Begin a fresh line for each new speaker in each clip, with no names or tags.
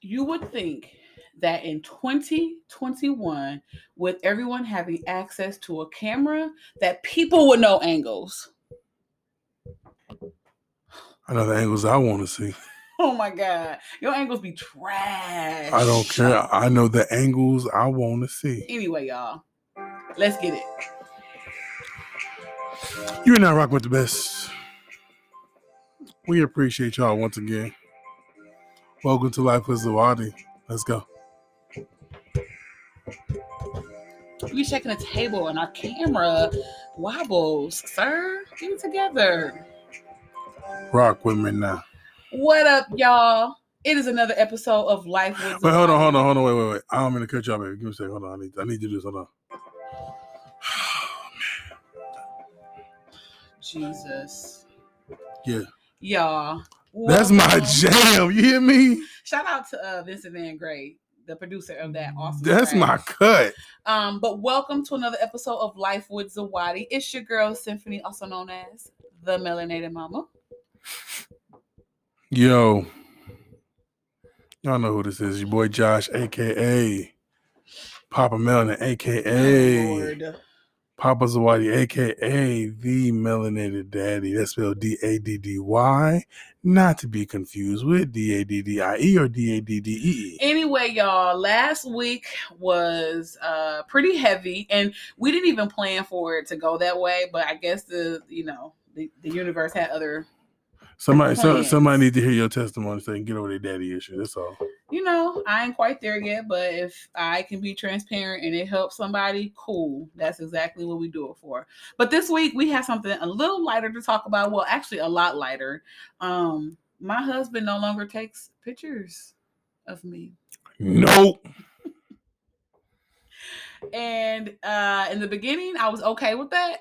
you would think that in 2021, with everyone having access to a camera, that people would know angles.
I know the angles I want to see.
Oh my God. Your angles be trash.
I don't care. I know the angles I want to see.
Anyway, y'all, let's get it.
You're not rock with the best. We appreciate y'all once again. Welcome to Life with Zawadi. Let's go.
We checking a table and our camera wobbles, sir. Get it together.
Rock with me now.
What up, y'all? It is another episode of Life with
Wait, hold on,
Zawadi.
hold on, hold on. Wait, wait, wait. I don't mean to cut you off, baby. Give me a second. Hold on. I need, I need to do this. Hold on.
Jesus.
Yeah.
Y'all.
That's my
welcome.
jam. You hear me?
Shout out to uh, Vincent Van Gray, the producer of that awesome.
Mm, That's
track.
my cut.
Um, but welcome to another episode of Life with Zawadi. It's your girl Symphony, also known as the Melanated Mama.
Yo. Y'all know who this is. Your boy Josh, aka Papa Melon, aka
Lord.
Papa Zawadi, aka the Melanated Daddy. That's spelled D A D D Y, not to be confused with D A D D I E or D A D D E E.
Anyway, y'all, last week was uh pretty heavy, and we didn't even plan for it to go that way. But I guess the you know the, the universe had other
Somebody, so,
Plans.
somebody need to hear your testimony so they can get over their daddy issue. That's all.
you know, I ain't quite there yet, but if I can be transparent and it helps somebody, cool. That's exactly what we do it for. But this week we have something a little lighter to talk about. Well, actually a lot lighter. Um, my husband no longer takes pictures of me.
Nope.
And uh in the beginning I was okay with that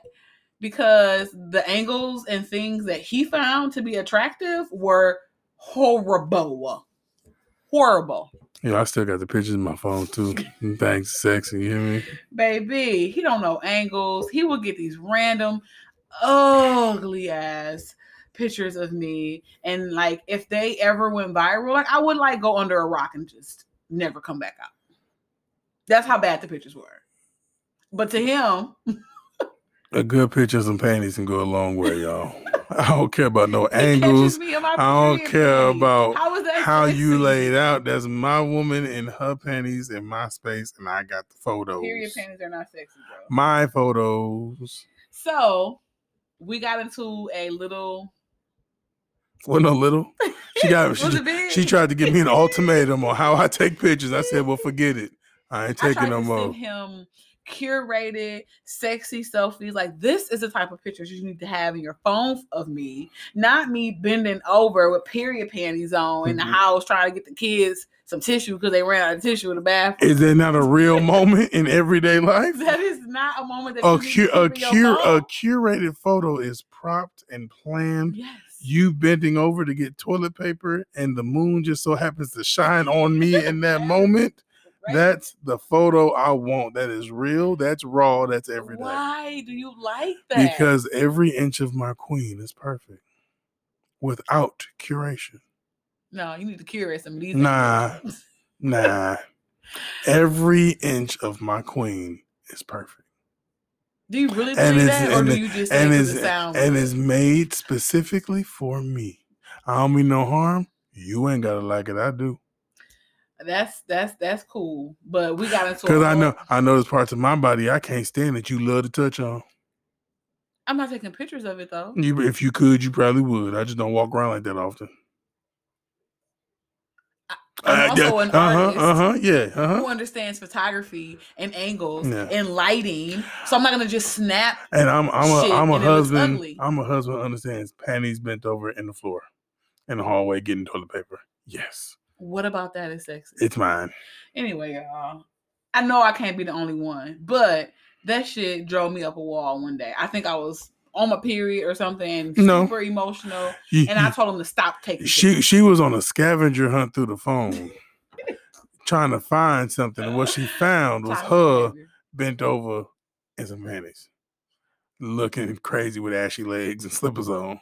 because the angles and things that he found to be attractive were horrible. Horrible.
Yeah, I still got the pictures in my phone too. Thanks, sexy. You hear me?
baby he don't know angles he will get these random ugly ass pictures of me and like if they ever went viral like i would like go under a rock and just never come back out that's how bad the pictures were but to him
A good picture of some panties can go a long way, y'all. I don't care about no
he catches
angles.
me in my
I don't
period
care
panties.
about
how is that
How you
sexy?
laid out, that's my woman in her panties in my space, and I got the photos.
period panties are not sexy bro
My photos.
so we got into a little
Well, no little. She got
was
she,
it big?
she tried to give me an ultimatum on how I take pictures. I said, Well, forget it. I ain't
I
taking
tried
no
to
more.
send him curated, sexy selfies. Like this is the type of pictures you need to have in your phone of me, not me bending over with period panties on in the
Mhm.
house trying to get the kids some tissue because they ran out of tissue in the bathroom.
Is that not a real moment in everyday life?
that is not a moment that
A,
you need
cu-
to
a,
keep in your
cure, a
phone.
curated photo is propped and planned.
yes.
You bending over to get toilet paper, and the moon just so happens to shine on me in that moment.
right?
That's the photo I want. That is real. That's raw. That's every day.
Why do you like that?
Because every inch of my queen is perfect without curation.
no, you need to curate some of these.
Nah.
pictures.
Nah. every inch of my queen is perfect.
Do you really
And
believe
it's-
that, or
and
do
it-
you just say
And
'cause
is
it sounds
and
good?
is made specifically for me. I don't mean no harm. You ain't gotta like it. I do.
that's that's that's cool. But we got into a
Cause I
whole-
know I know there's parts of my body I can't stand that you love to touch on.
I'm not taking pictures of it though.
You, if you could, you probably would. I just don't walk around like that often.
I'm
yeah,
also an artist
uh-huh, uh-huh, yeah,
who
uh-huh.
understands photography and angles
Yeah.
and lighting. So I'm not gonna just snap.
And I'm I'm a
Shit,
am
and it
a
looks
husband.
ugly.
I'm a husband who understands panties bent over in the floor, in the hallway getting toilet paper. Yes,
What about that is sexy?
it's mine.
anyway, y'all. I know I can't be the only one, but that shit drove me up a wall one day. I think I was on my period or something,
No.
super emotional,
You-
and I
you-
told him to stop taking.
she
pictures.
she was on a scavenger hunt through the phone, trying to find something. And what she found was
Toxic
her
behavior.
bent over in some panties, looking crazy with ashy legs and slippers on.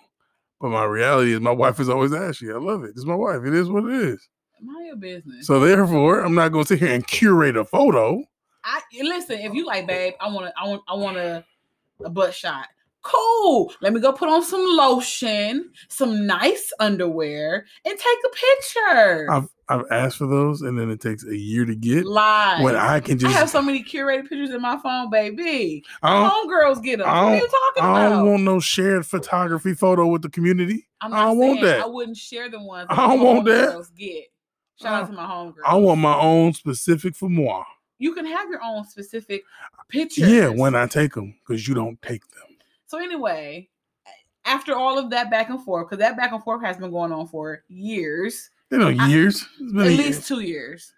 But my reality is, my wife is always ashy. I love it. It's my wife. It is what it is.
Mind your business.
So therefore, I'm not gonna sit here and curate a photo.
I listen. If you like, babe, I want to. I want. I want a, a butt shot. Cool. Let me go put on some lotion, some nice underwear, and take a picture.
I've I've asked for those, and then it takes a year to get.
Live.
When I can
I
just,
have so many curated pictures in my phone, baby.
I don't,
Homegirls get them. What
I
are you talking
I
about?
don't want no shared photography photo with the community.
I'm
I don't want
saying
that.
I wouldn't share the ones.
I don't want that.
homegirls Get. Shout out to my homegirl.
I want my own specific for moi.
you can have your own specific pictures.
Yeah, when I take them, because you don't take them.
So anyway, after all of that back and forth, because that back and forth has been going on for years,
You know,
I-
years. It's been
at
a year.
least two years.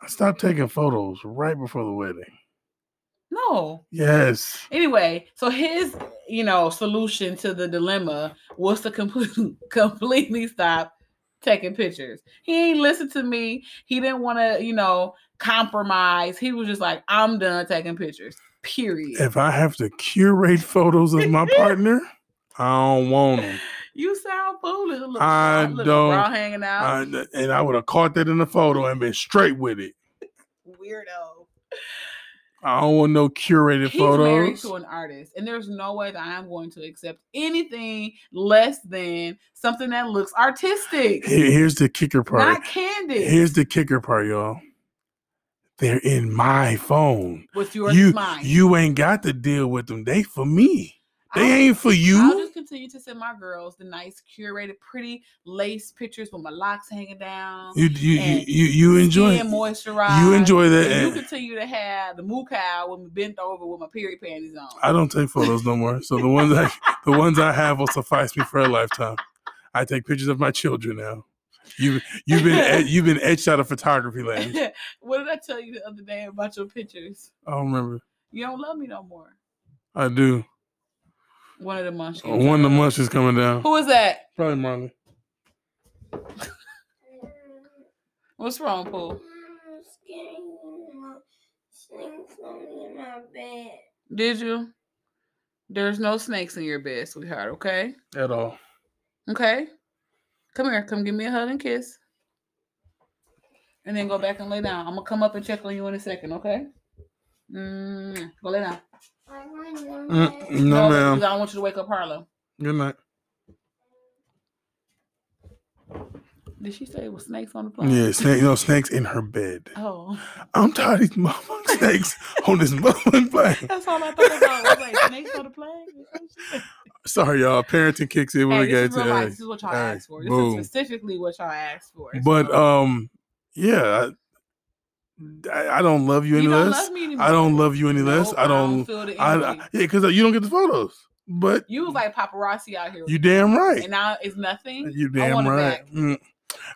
I stopped taking photos right before the wedding.
No.
Yes.
Anyway, so his, you know, solution to the dilemma was to completely completely stop taking pictures. He ain't listen to me. He didn't want to, you know, compromise. He was just like, I'm done taking pictures. Period.
If I have to curate photos of my partner, I don't want them.
you sound foolish. Little,
I don't-
Bra hanging out.
I, and I would have caught that in the photo and been straight with it.
Weirdo.
I don't want no curated
He's married
photos.
to an artist, and there's no way that I'm going to accept anything less than something that looks artistic,
Here- Here's the kicker part.
not candid.
Here's the kicker part, y'all. They're in my phone.
with yours
you
is mine.
you ain't got to deal with them. They for me. They
I'll-
ain't for
I'll
you.
just continue to send my girls the nice curated, pretty lace pictures with my locks hanging down.
You you you
and
you, you enjoy
skin moisturized.
you enjoy that.
And you
and-
continue to have the moo cow with me bent over with my period panties on.
I don't take photos no more. So the ones I the ones I have will suffice me for a lifetime. I take pictures of my children now. You you've been et- you've been etched out of photography land.
what did I tell you the other day about your pictures?
I don't remember.
You don't love me no more.
I do.
One of the munchkins.
One of the munch is coming down.
Who is that?
Probably Marley.
What's wrong, Pooh?
I'm scared you know, snakes on me in my bed.
Did you? There's no snakes in your bed, sweetheart. Okay.
At all.
Okay. Come here. Come give me a hug and kiss. And then go back and lay down. I'm gonna come up and check on you in a second. Okay. Mm, go lay down.
I want to know
Mm,
that.
no,
because
ma'am.
I don't want you to wake up Harlow.
Good night.
Did she say it was snakes on the plane?
Yeah, snake. No snakes in her bed.
Oh,
I'm tired of these motherfucking snakes on this motherfucking plane.
that's all I thought about. I was like, snakes on the plane?
Sorry, y'all. Parenting kicks in when
Hey,
we get
this is
to
real life.
LA.
This is what y'all
All right,
asked for. This
boom.
is specifically what y'all asked for.
But
So,
um, yeah, I, I- I don't love you any
you don't
less.
love me anymore.
I don't love you any less.
Nope,
I don't.
feel the
I, I
energy.
yeah, because you don't get the photos. But
you was like paparazzi out here.
Mm. you damn right.
and now it's nothing.
You
I
damn
want it
right.
back.
Mm.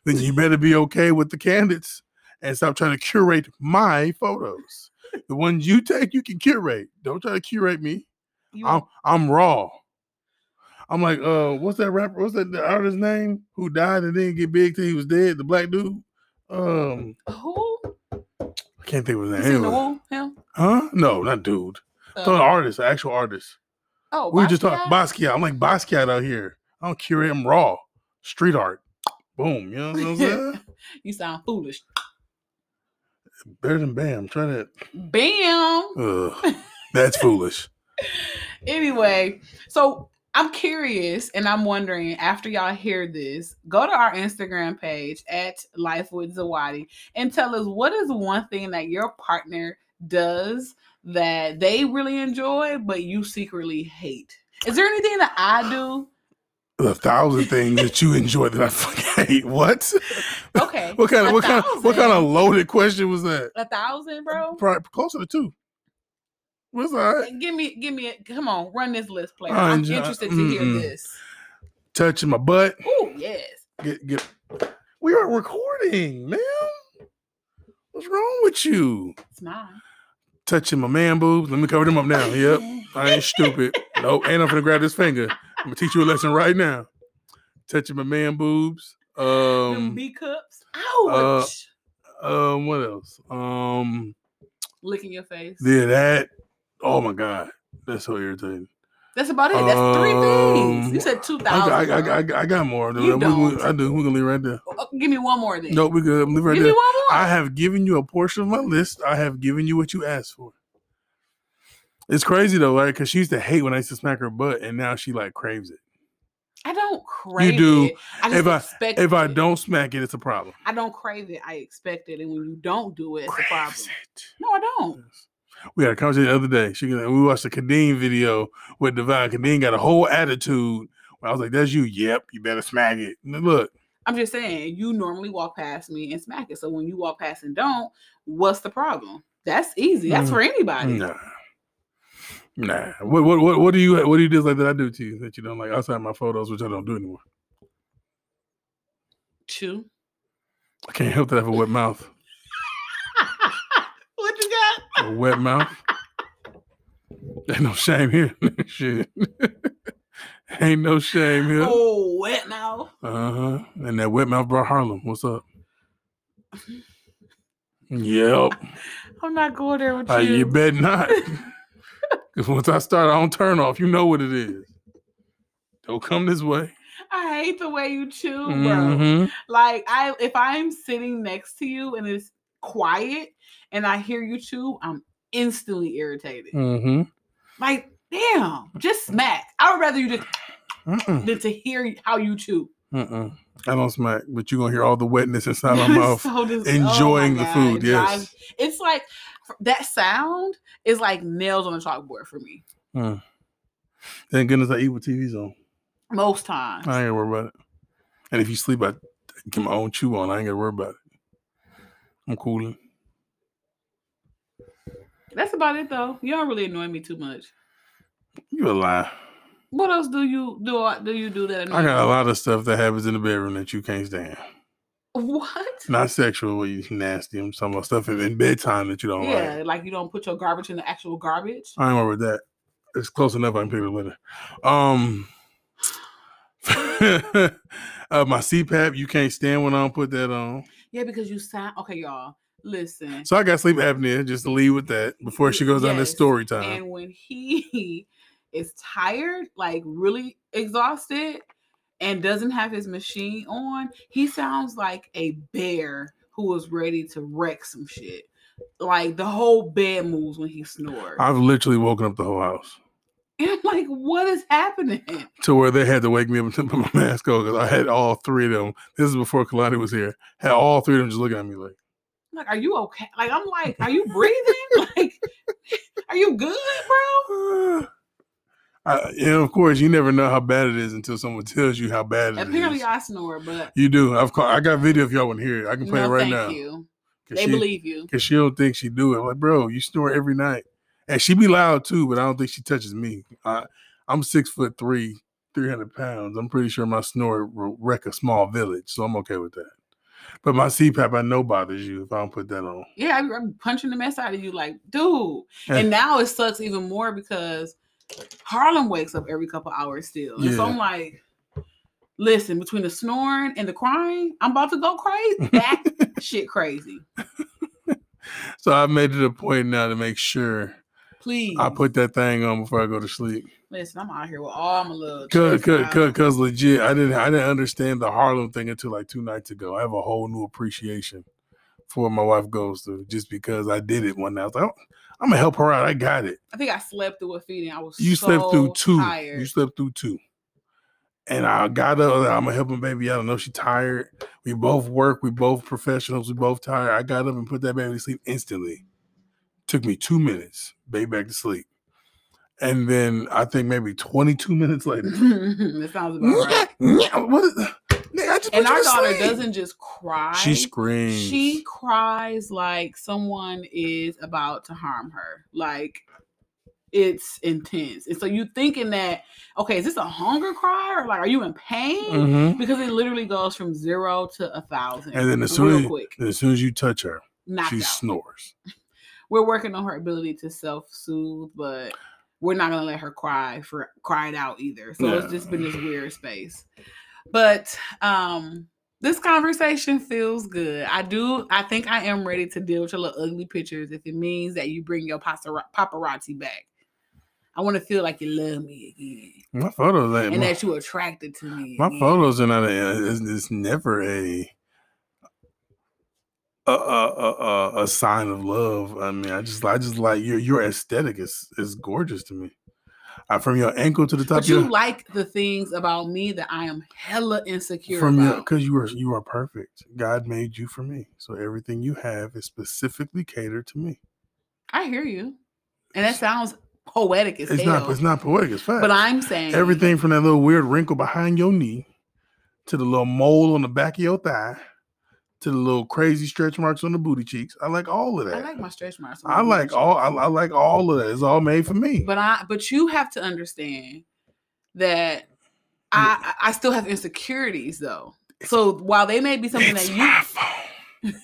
Then you better be okay with the candidates and stop trying to curate my photos. the ones you take, you can curate. Don't try to curate me.
You
I'm I'm raw. I'm like, uh, what's that rapper? What's that the artist's name who died and didn't get big till he was dead? The black dude. Um,
who?
I can't think of his
You
name.
seen the
Anyway.
woo? Him?
Huh? No, not dude.
Uh,
Thought an artist, an actual artist.
oh,
we were just talking
Basquiat?
Basquiat. I'm like Basquiat out here. I don't curate him raw. Street art. Boom. You know what I'm saying?
you sound foolish.
Better than Bam. Try that.
Bam.
Ugh, that's foolish.
anyway, so I'm curious and I'm wondering after y'all hear this, go to our Instagram page at Life with Zawadi and tell us what is one thing that your partner does that they really enjoy but you secretly hate. Is there anything that I do?
A thousand things that you enjoy that I fucking hate. What?
Okay.
What kind
a
of what kind of
thousand.
what kind of loaded question was that?
a thousand, bro?
Probably closer to two. Was all right.
Give me, give me, a, come on, run this list, player.
I
I'm
enjoy-
interested to
mm-mm.
hear this.
Touching my butt.
Oh yes,
Get get. We are recording, ma'am. What's wrong with you?
it's mine.
touching my man boobs. Let me cover them up now. Yep. I ain't stupid. Nope. And I'm gonna grab this finger. I'm gonna teach you a lesson right now. Touching my man boobs.
Them
Um,
B cups. Ouch.
um what else? Um
Licking your face.
yeah, that. Oh my god. That's so irritating.
That's about it. That's three things.
Um,
You said two
I,
thousand.
got- I, got- I, got- I got more.
You
We- we-
don't.
I do. We're gonna leave right there.
Oh, give me one more then.
No, we could leave right
give
there.
me one more.
I have given you a portion of my list. I have given you what you asked for. It's crazy though, right? Because she used to hate when I used to smack her butt, and now she like craves it.
I don't crave
do.
it. I just
If I-
expect
If I
it.
don't smack it, it's a problem.
I don't crave it. I expect it, and when you don't do it, it's a problem.
Craves it.
No, I don't.
Yes. We had a conversation the other day. She we watched the Kadeem video with Divine. Kadeem got a whole attitude. I was like, "That's you." Yep, you better smack it. Look,
I'm just saying you normally walk past me and smack it. So when you walk past and don't, what's the problem? That's easy. That's
Mm.
for anybody.
Nah. Nah. What what what what do you what do you dislike that I do to you that you don't like outside my photos, which I don't do anymore?
Chew.
I can't help that I have a wet mouth.
what you got?
A wet mouth. Ain't no shame here. Shit. Ain't no shame here.
Oh, wet mouth.
Uh-huh. And that wet mouth brought Harlem. What's up? Yep.
I'm not going there with
Uh,
you.
you bet not. Because once I start, I don't turn off. You know what it is. Don't come this way.
I hate the way you chew, bro.
Mhm.
Like I, if I'm sitting next to you and it's quiet and I hear you chew, I'm instantly irritated.
Mm-hmm.
Like, damn, just smack. I would rather you just
Mm-mm.
than to hear how you chew.
Mm-mm. I don't smack, but you're gonna hear all the wetness inside my mouth.
So dis- oh my
enjoying the food,
it drives-
yes.
it's like that sound is like nails on a chalkboard for me
Thank goodness I eat with TVs on.
most times.
I ain't gotta worry about it. And if you sleep, I get my own chew on. I ain't gotta worry about it. I'm cooling.
That's about it though. You don't really annoy me too much.
You a lie.
What else do you do? Do you do that?
I
annoy
got a
you?
lot of stuff that happens in the bedroom that you can't stand.
What?
Not sexual, but you nasty. I'm talking about stuff in, in bedtime that you don't
yeah,
like.
like you don't put your garbage in the actual garbage.
I ain't worried about that. It's close enough. I can pick it up later. Um, uh, my CPAP, you can't stand when I don't put that on.
Yeah, because you sound okay, y'all. Listen.
So I got sleep apnea. Just to leave with that before she goes on this
Yes,
story time.
and when he is tired, like really exhausted, and doesn't have his machine on, he sounds like a bear who is ready to wreck some shit. Like the whole bed moves when he snores.
I've literally woken up the whole house
and I'm like, what is happening?
to where they had to wake me up to put my mask on because I had all three of them. This is before Kalani was here. Had all three of them just looking at me like,
Like, are you okay? Like, I'm like, are you breathing? like, are you good, bro?
"Ah." I, and of course, you never know how bad it is until someone tells you how bad it is.
Apparently, I snore, but
you do. I've caught, I got video if y'all want to hear it. I can play
no,
it right
thank
now.
you.
'Cause
They
she-
believe you.
Cause she don't think she do it. I'm like, bro, you snore every night, and she be loud too. But I don't think she touches me. I, I'm six foot three, three hundred pounds. I'm pretty sure my snore will wreck a small village, so I'm okay with that. But my CPAP, I know bothers you if I don't put that on.
Yeah, I'm- I'm punching the mess out of you, like, dude.
Yeah.
And now it sucks even more because Harlem wakes up every couple hours still. And so
Yeah.
I'm like, listen, between the snoring and the crying, I'm about to go crazy. That shit crazy.
So I made it a point now to make sure
Please.
I put that thing on before I go to sleep.
listen, I'm out here with all my little
Cause,
chest
cause,
out.
cause, 'cause legit, I didn't, I didn't understand the Harlem thing until like two nights ago. I have a whole new appreciation for what my wife goes through just because I did it one night. I was like, I'm gonna help her out. I got it.
I think I slept through a feeding. I was
You slept through
so
two.
tired.
You slept through two. And I got up. I'm gonna help my baby out. I know she tired. We both work. We both professionals. We both tired. I got up and put that baby to sleep instantly. Took me two minutes. Baby back to sleep. And then I think maybe 22 minutes later.
it sounds about right.
what? is- Nigga, I just
And
put you
our
to
daughter
sleep.
doesn't just cry.
She screams.
She cries like someone is about to harm her. Like it's intense. And so you thinking that, okay, is this a hunger cry or like are you in pain?
Mhm.
Because it literally goes from zero to a thousand.
And then as soon
real
as-
quick,
And as soon as you touch her,
knocked
she
out.
snores.
we're working on her ability to self-soothe, but we're not gonna let her cry for cry it out either. So it's just been this weird space. But um this conversation feels good. I do. I think I am ready to deal with your little ugly pictures if it means that you bring your pasara- paparazzi back. I want to feel like you love me again
Mm-hmm. My photos ain't
and
my,
that you attracted to me.
my
again.
photos are not. A, uh, it's, it's never a a, a a a- a sign of love. I mean, I just I just like your your aesthetic is is gorgeous to me. Uh, from your ankle to the top
But
of your
you like the things about me that I am hella insecure
from your
about.
because you are you are perfect. God made you for me, so everything you have is specifically catered to me.
I hear you, and that sounds poetic as
It's
hell.
not it's not poetic. It's fact.
but I'm saying
everything from that little weird wrinkle behind your knee to the little mole on the back of your thigh to the little crazy stretch marks on the booty cheeks. I like all of that.
I like my stretch marks. on
I
my
like
bitch.
all I, I like all of that. It's all made for me.
But I but you have to understand that I I I still have insecurities though. So while they may be something
it's
that you
my phone.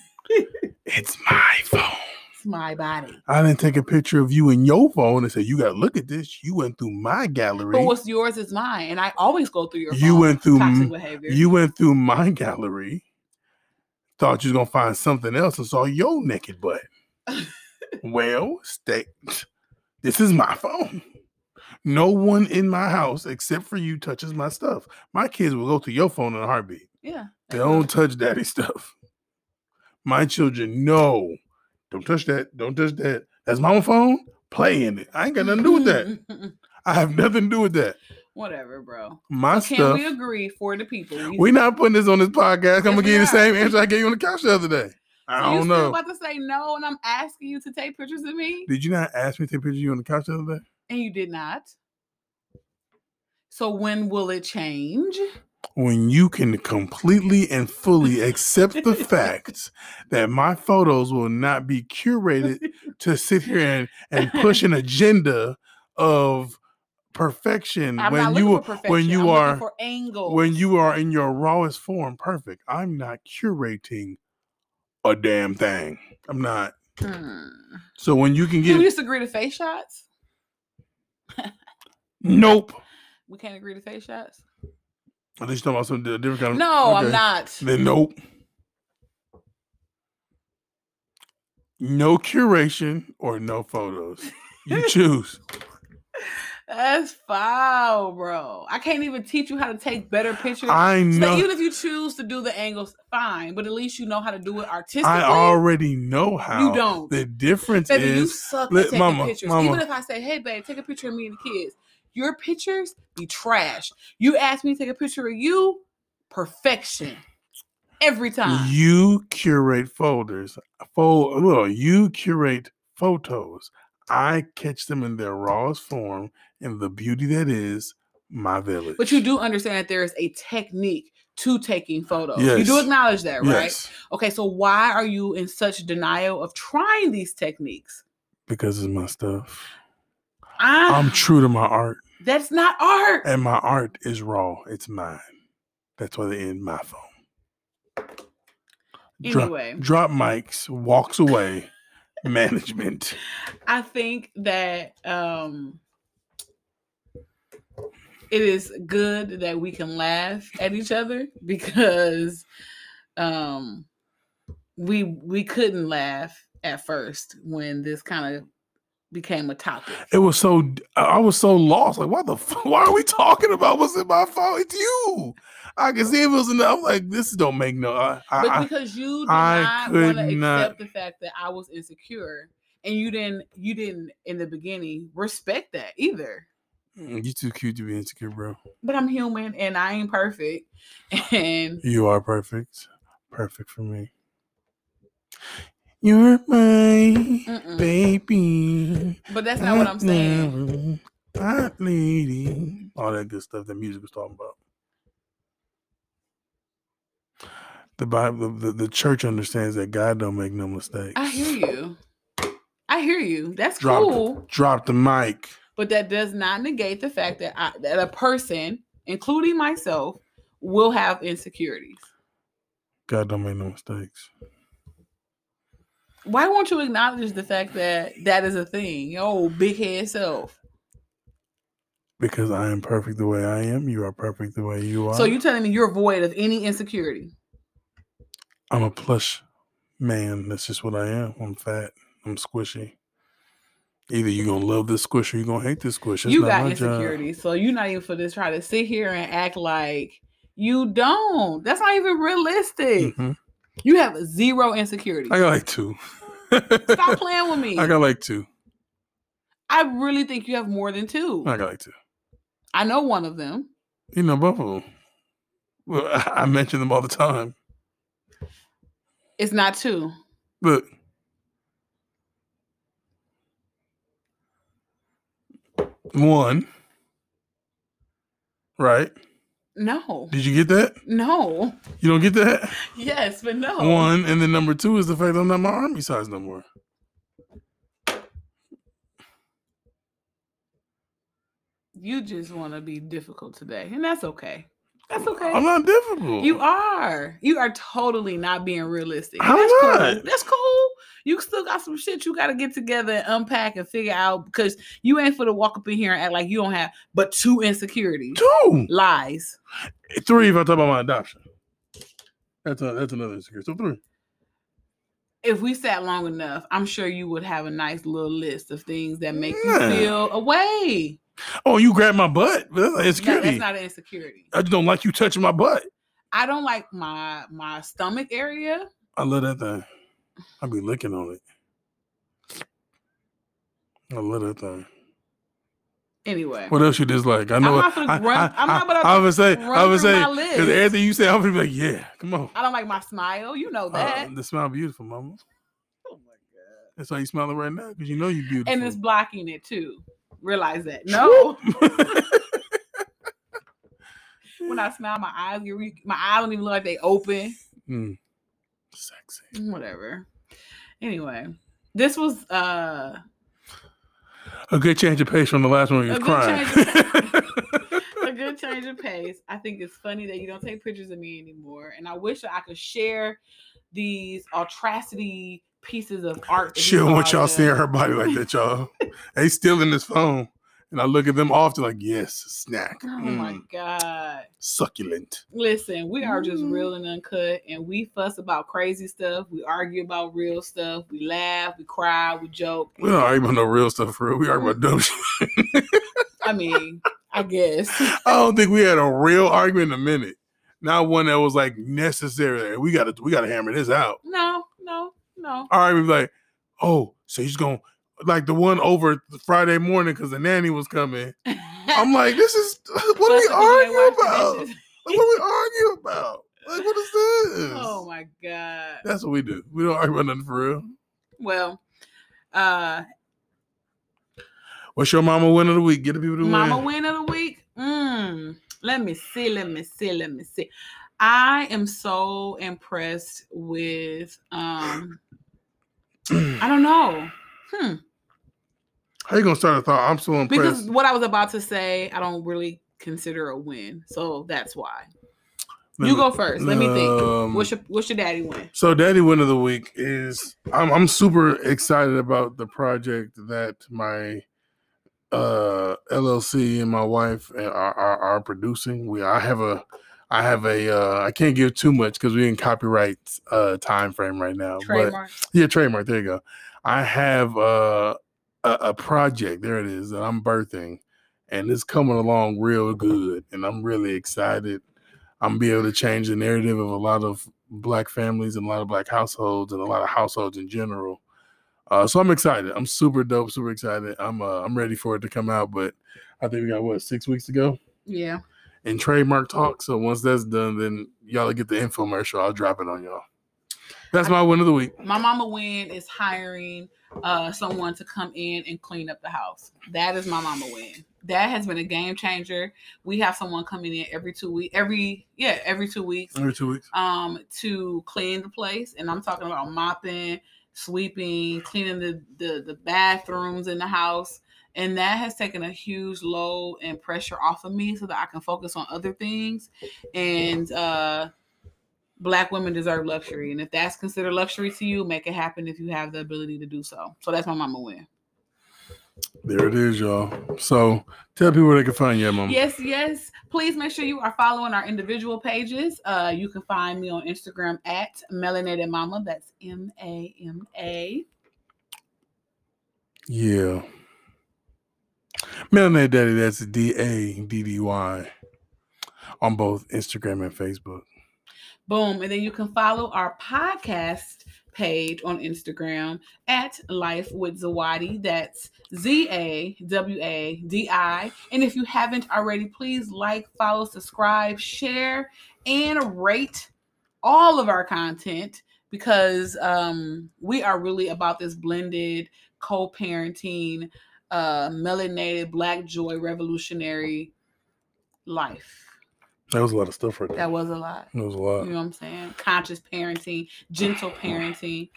it's my phone.
it's my body.
I didn't take a picture of you in your phone and say, You gotta look at this. You went through my
But
gallery.
what's yours is mine. And I always go through your
You
phone.
went through
toxic
m-
behavior.
You went through my gallery, thought you was gonna find something else and saw your naked butt. well, stay. This is my phone. No one in my house except for you touches my stuff. My kids will go to your phone in a heartbeat.
yeah.
They
that's
don't
right.
touch daddy stuff. My children, no. Don't touch that. Don't touch that. That's my own phone. Play in it. I ain't got nothing to do with that. I have nothing to do with that.
Whatever, bro.
My
Can
stuff.
we agree for the people? You-
We're not putting this on this podcast.
Yes,
I'm gonna
we
give you the
are.
same answer I gave you on the couch the other day. I
you
don't
still
know.
about to say no, and I'm asking you to take pictures of me,
Did you not ask me to take a picture of you on the couch the other day?
and you did not. So when will it change?
When you can completely and fully accept the fact that my photos will not be curated to sit here and, and push an agenda of perfection
I'm not
when
looking
you
for perfection.
when
I'm
you
looking
are
for angles.
when you are in your rawest form perfect. I'm not curating a damn thing. I'm not.
Hmm.
So when you can
Can
get
we just agree to face shots?
nope.
We can't agree to face shots.
At least talking about some di- different kind of
No, I'm
okay.
not.
Then nope. No curation or no photos. You choose.
That's foul, bro. I can't even teach you how to take better pictures.
I
So
know.
even if you choose to do the angles, fine. But at least you know how to do it artistically.
I already know how.
you don't.
The difference
Baby, you
is
suck
let-
at taking
mama,
pictures.
mama.
Even if I say, hey, babe, take a picture of me and the kids, your pictures be trash. You ask me to take a picture of you, perfection. Every time.
you curate folders. Fo- well, you curate photos. I catch them in their rawest form and the beauty that is my village.
but you do understand that there is a technique to taking photos. You do
Yes.
acknowledge that, right?
Yes,
Okay, so why are you in such denial of trying these techniques?
because it's my stuff.
I,
I'm true to my art.
that's not art.
And my art is raw. It's mine. That's why they end my phone. Drop,
Anyway,
drop mics, walks away, management.
I think that um it is good that we can laugh at each other because um we we couldn't laugh at first when this kind of became a topic.
It was so d- I I was so lost. Like, why the f- why are we talking about what's in my phone? It's you. I can see if it was in the, I'm like, this don't make no I, I,
but
I-
because you did
I
not want
could
to
not-
accept the fact that I was insecure, and you didn't, you didn't in the beginning respect that either.
Mm, you too cute to be insecure, bro.
But I'm human, and I ain't perfect, and
You are perfect. Perfect for me. You're my
mm-mm.
baby.
but that's not what I'm saying.
Hot lady. All that good stuff that music was talking about. The Bible, the, the, the church understands that God don't make no mistakes.
I hear you. I hear you. That's
Drop it.
cool,
Drop the mic.
but that does not negate the fact that I, that a person, including myself, will have insecurities.
God don't make no mistakes.
Why won't you acknowledge the fact that that is a thing? Yo, big head self.
Because I am perfect the way I am. You are perfect the way you are.
So you telling me you're void of any insecurity?
I'm a plush man. That's just what I am. I'm fat. I'm squishy. Either you're gonna love this squish or you're gonna hate this squish. That's
you
not
got
my job.
insecurities, so you're not even for this try to sit here and act like you don't. That's not even realistic.
Mhm.
You have zero insecurities.
I got like two.
Stop playing with me.
I
I,
got like two.
really think you have more than two.
I got like two.
I know one of them.
You know both of them. Well, I, I mention them all the time.
It's not two.
Look. One. Right?
No.
Did you get that?
No.
You don't get that?
Yes, but no.
One. And then number two is the fact I'm not my army size no more.
You just want to be difficult today, and that's okay. That's okay.
I'm not difficult.
You are. You are totally not being realistic.
I'm
That's cool.
not.
That's cool. You still got some shit you got to get together and unpack and figure out because you ain't for to walk up in here and act like you don't have but two insecurities,
Two.
lies.
Three if I talk about my adoption. That's a, that's another insecurity. So three.
If we sat long enough, I'm sure you would have a nice little list of things that make you
Yeah.
feel away.
Oh, you grabbed my butt. That's an
No,
insecurity.
that's not an insecurity.
I just don't like you touching my butt.
I don't like my my stomach area.
I love that thing. I be licking on it. I love that thing.
Anyway,
What else you dislike? I know.
not finna
I,
grunt-
I,
I'm not
I,
about to
I would say. I
run
would
through
say
my
because
list.
everything you say, I would be like, yeah, come on.
I don't like my smile. You know
Uh,
that.
the smile beautiful, mama.
oh my god.
That's why you smiling right now because you know you beautiful.
and it's blocking it too. Realize that. No, when I smile, my eyes get re- my eyes don't even look like they open.
Mm. Sexy.
Whatever. Anyway, this was uh
A good change of pace from the last one. You
A
was
good
crying.
a good change of pace. I think it's funny that you don't take pictures of me anymore, and I wish that I could share these atrocity pieces of art. that he
she don't want
draws
y'all
up.
seeing her body like that, y'all. they still in this phone, and I look at them often like, yes, snack,
Oh my
Mm,
god.
succulent.
Listen, we are just
Mm-hmm.
real and uncut, and we fuss about crazy stuff. We argue about real stuff. We laugh, we cry, we joke.
We don't argue about no real stuff for real. We argue about dumb shit.
I mean, I guess.
I don't think we had a real argument in a minute. Not one that was like necessary. We gotta we gotta hammer this out.
No, no, no.
All right, we be like, oh, so he's gonna like the one over Friday morning because the nanny was coming. I'm like, this is what are we arguing about? Like, what are we arguing about? Like, what is this?
Oh my god.
That's what we do. We don't argue about nothing for real.
Well, uh
What's your mama win of the week? Get the people to
Mama
win.
win of the week. Mm. Let me see. Let me see. Let me see. I am so impressed with um I don't know. Hmm.
How you gonna start a thought? I'm so impressed.
because what I was about to say, I don't really consider a win, so that's why.
Let
you
me-
go first. Let me
Um,
think. What's your What's your daddy win?
So, Daddy Win of the Week is I'm I'm super excited about the project that my uh LLC and my wife are are, are producing. We I have a I have a uh I can't give too much because we in copyright uh time frame right now. But
Trademark.
yeah, trademark. There you go. I have uh, a a project. There it is that I'm birthing, and it's coming along real good, and I'm really excited. I'm be able to change the narrative of a lot of black families and a lot of black households and a lot of households in general. Uh, so I'm excited. I'm super dope, super excited. I'm uh, I'm ready for it to come out, but I think we got what six weeks to go
Yeah.
in trademark talk. So once that's done, then y'all will get the infomercial. I'll drop it on y'all. That's my win of the week.
My mama win is hiring uh someone to come in and clean up the house. That is my mama win. That has been a game changer. We have someone coming in every two week, every yeah, every two weeks.
Every two weeks.
um to clean the place and i'm talking about mopping sweeping cleaning the the, the bathrooms in the house and that has taken a huge load and pressure off of me so that i can focus on other things and uh black women deserve luxury and if that's considered luxury to you make it happen if you have the ability to do so so that's my mama win
There it is, y'all. So tell people where they can find you, at, Mama.
Yes, yes. Please make sure you are following our individual pages. Uh, you can find me on Instagram at Melanated Mama. That's M A M A.
Yeah. Middle name daddy, that's D A D D Y on both Instagram and Facebook.
Boom. And then you can follow our podcast page on Instagram at Life with Zawadi. That's Z A W A D I. And if you haven't already, please like, follow, subscribe, share, and rate all of our content because um, we are really about this blended co parenting, uh, melanated Black joy revolutionary life.
That was a lot of stuff right there.
That was a lot.
That was a lot.
You know what I'm saying? Conscious parenting, gentle parenting.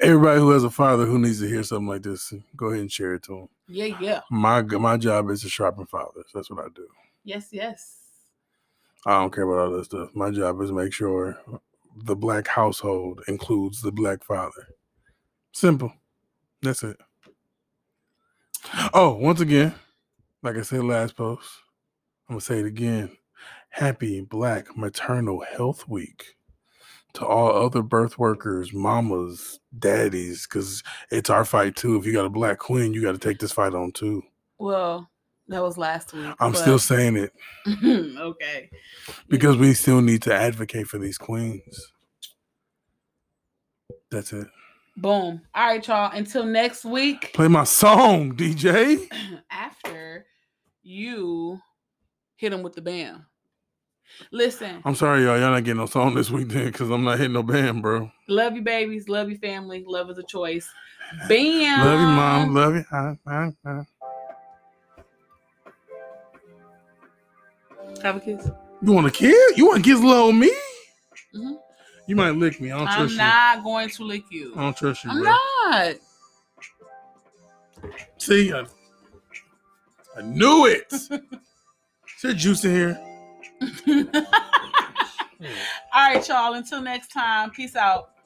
Everybody who has a father who needs to hear something like this, go ahead and share it to them.
Yeah, yeah.
My my job is to sharpen fathers. That's what I do.
Yes, yes.
I don't care about all that stuff. My job is to make sure the black household includes the black father. Simple. That's it. Oh, once again, like I said last post, I'm gonna say it again. Happy Black Maternal Health Week to all other birth workers, mamas, daddies, because it's our fight too. If you got a black queen, you got to take this fight on too.
Well, that was last week.
I'm
but-
still saying it
okay.
because we still need to advocate for these queens. That's it.
Boom. All right, y'all. Until next week,
Play my song, DJ.
after you hit him with the bam. Listen,
I'm sorry, y'all. Y'all not getting no song this week then because I'm not hitting no band, bro.
love you, babies. Love you, family. Love is a choice. Bam.
Love you, mom. Love you. Ah, Hi, hi, hi.
Have a kiss.
You want to kiss? You want to kiss little me?
Mhm.
You might lick me. I don't
I'm
trust you.
not going to lick you.
I don't trust you,
I'm
bro.
not.
See, I, I knew it. Is there juice in here?
All right, y'all. Until next time, peace out.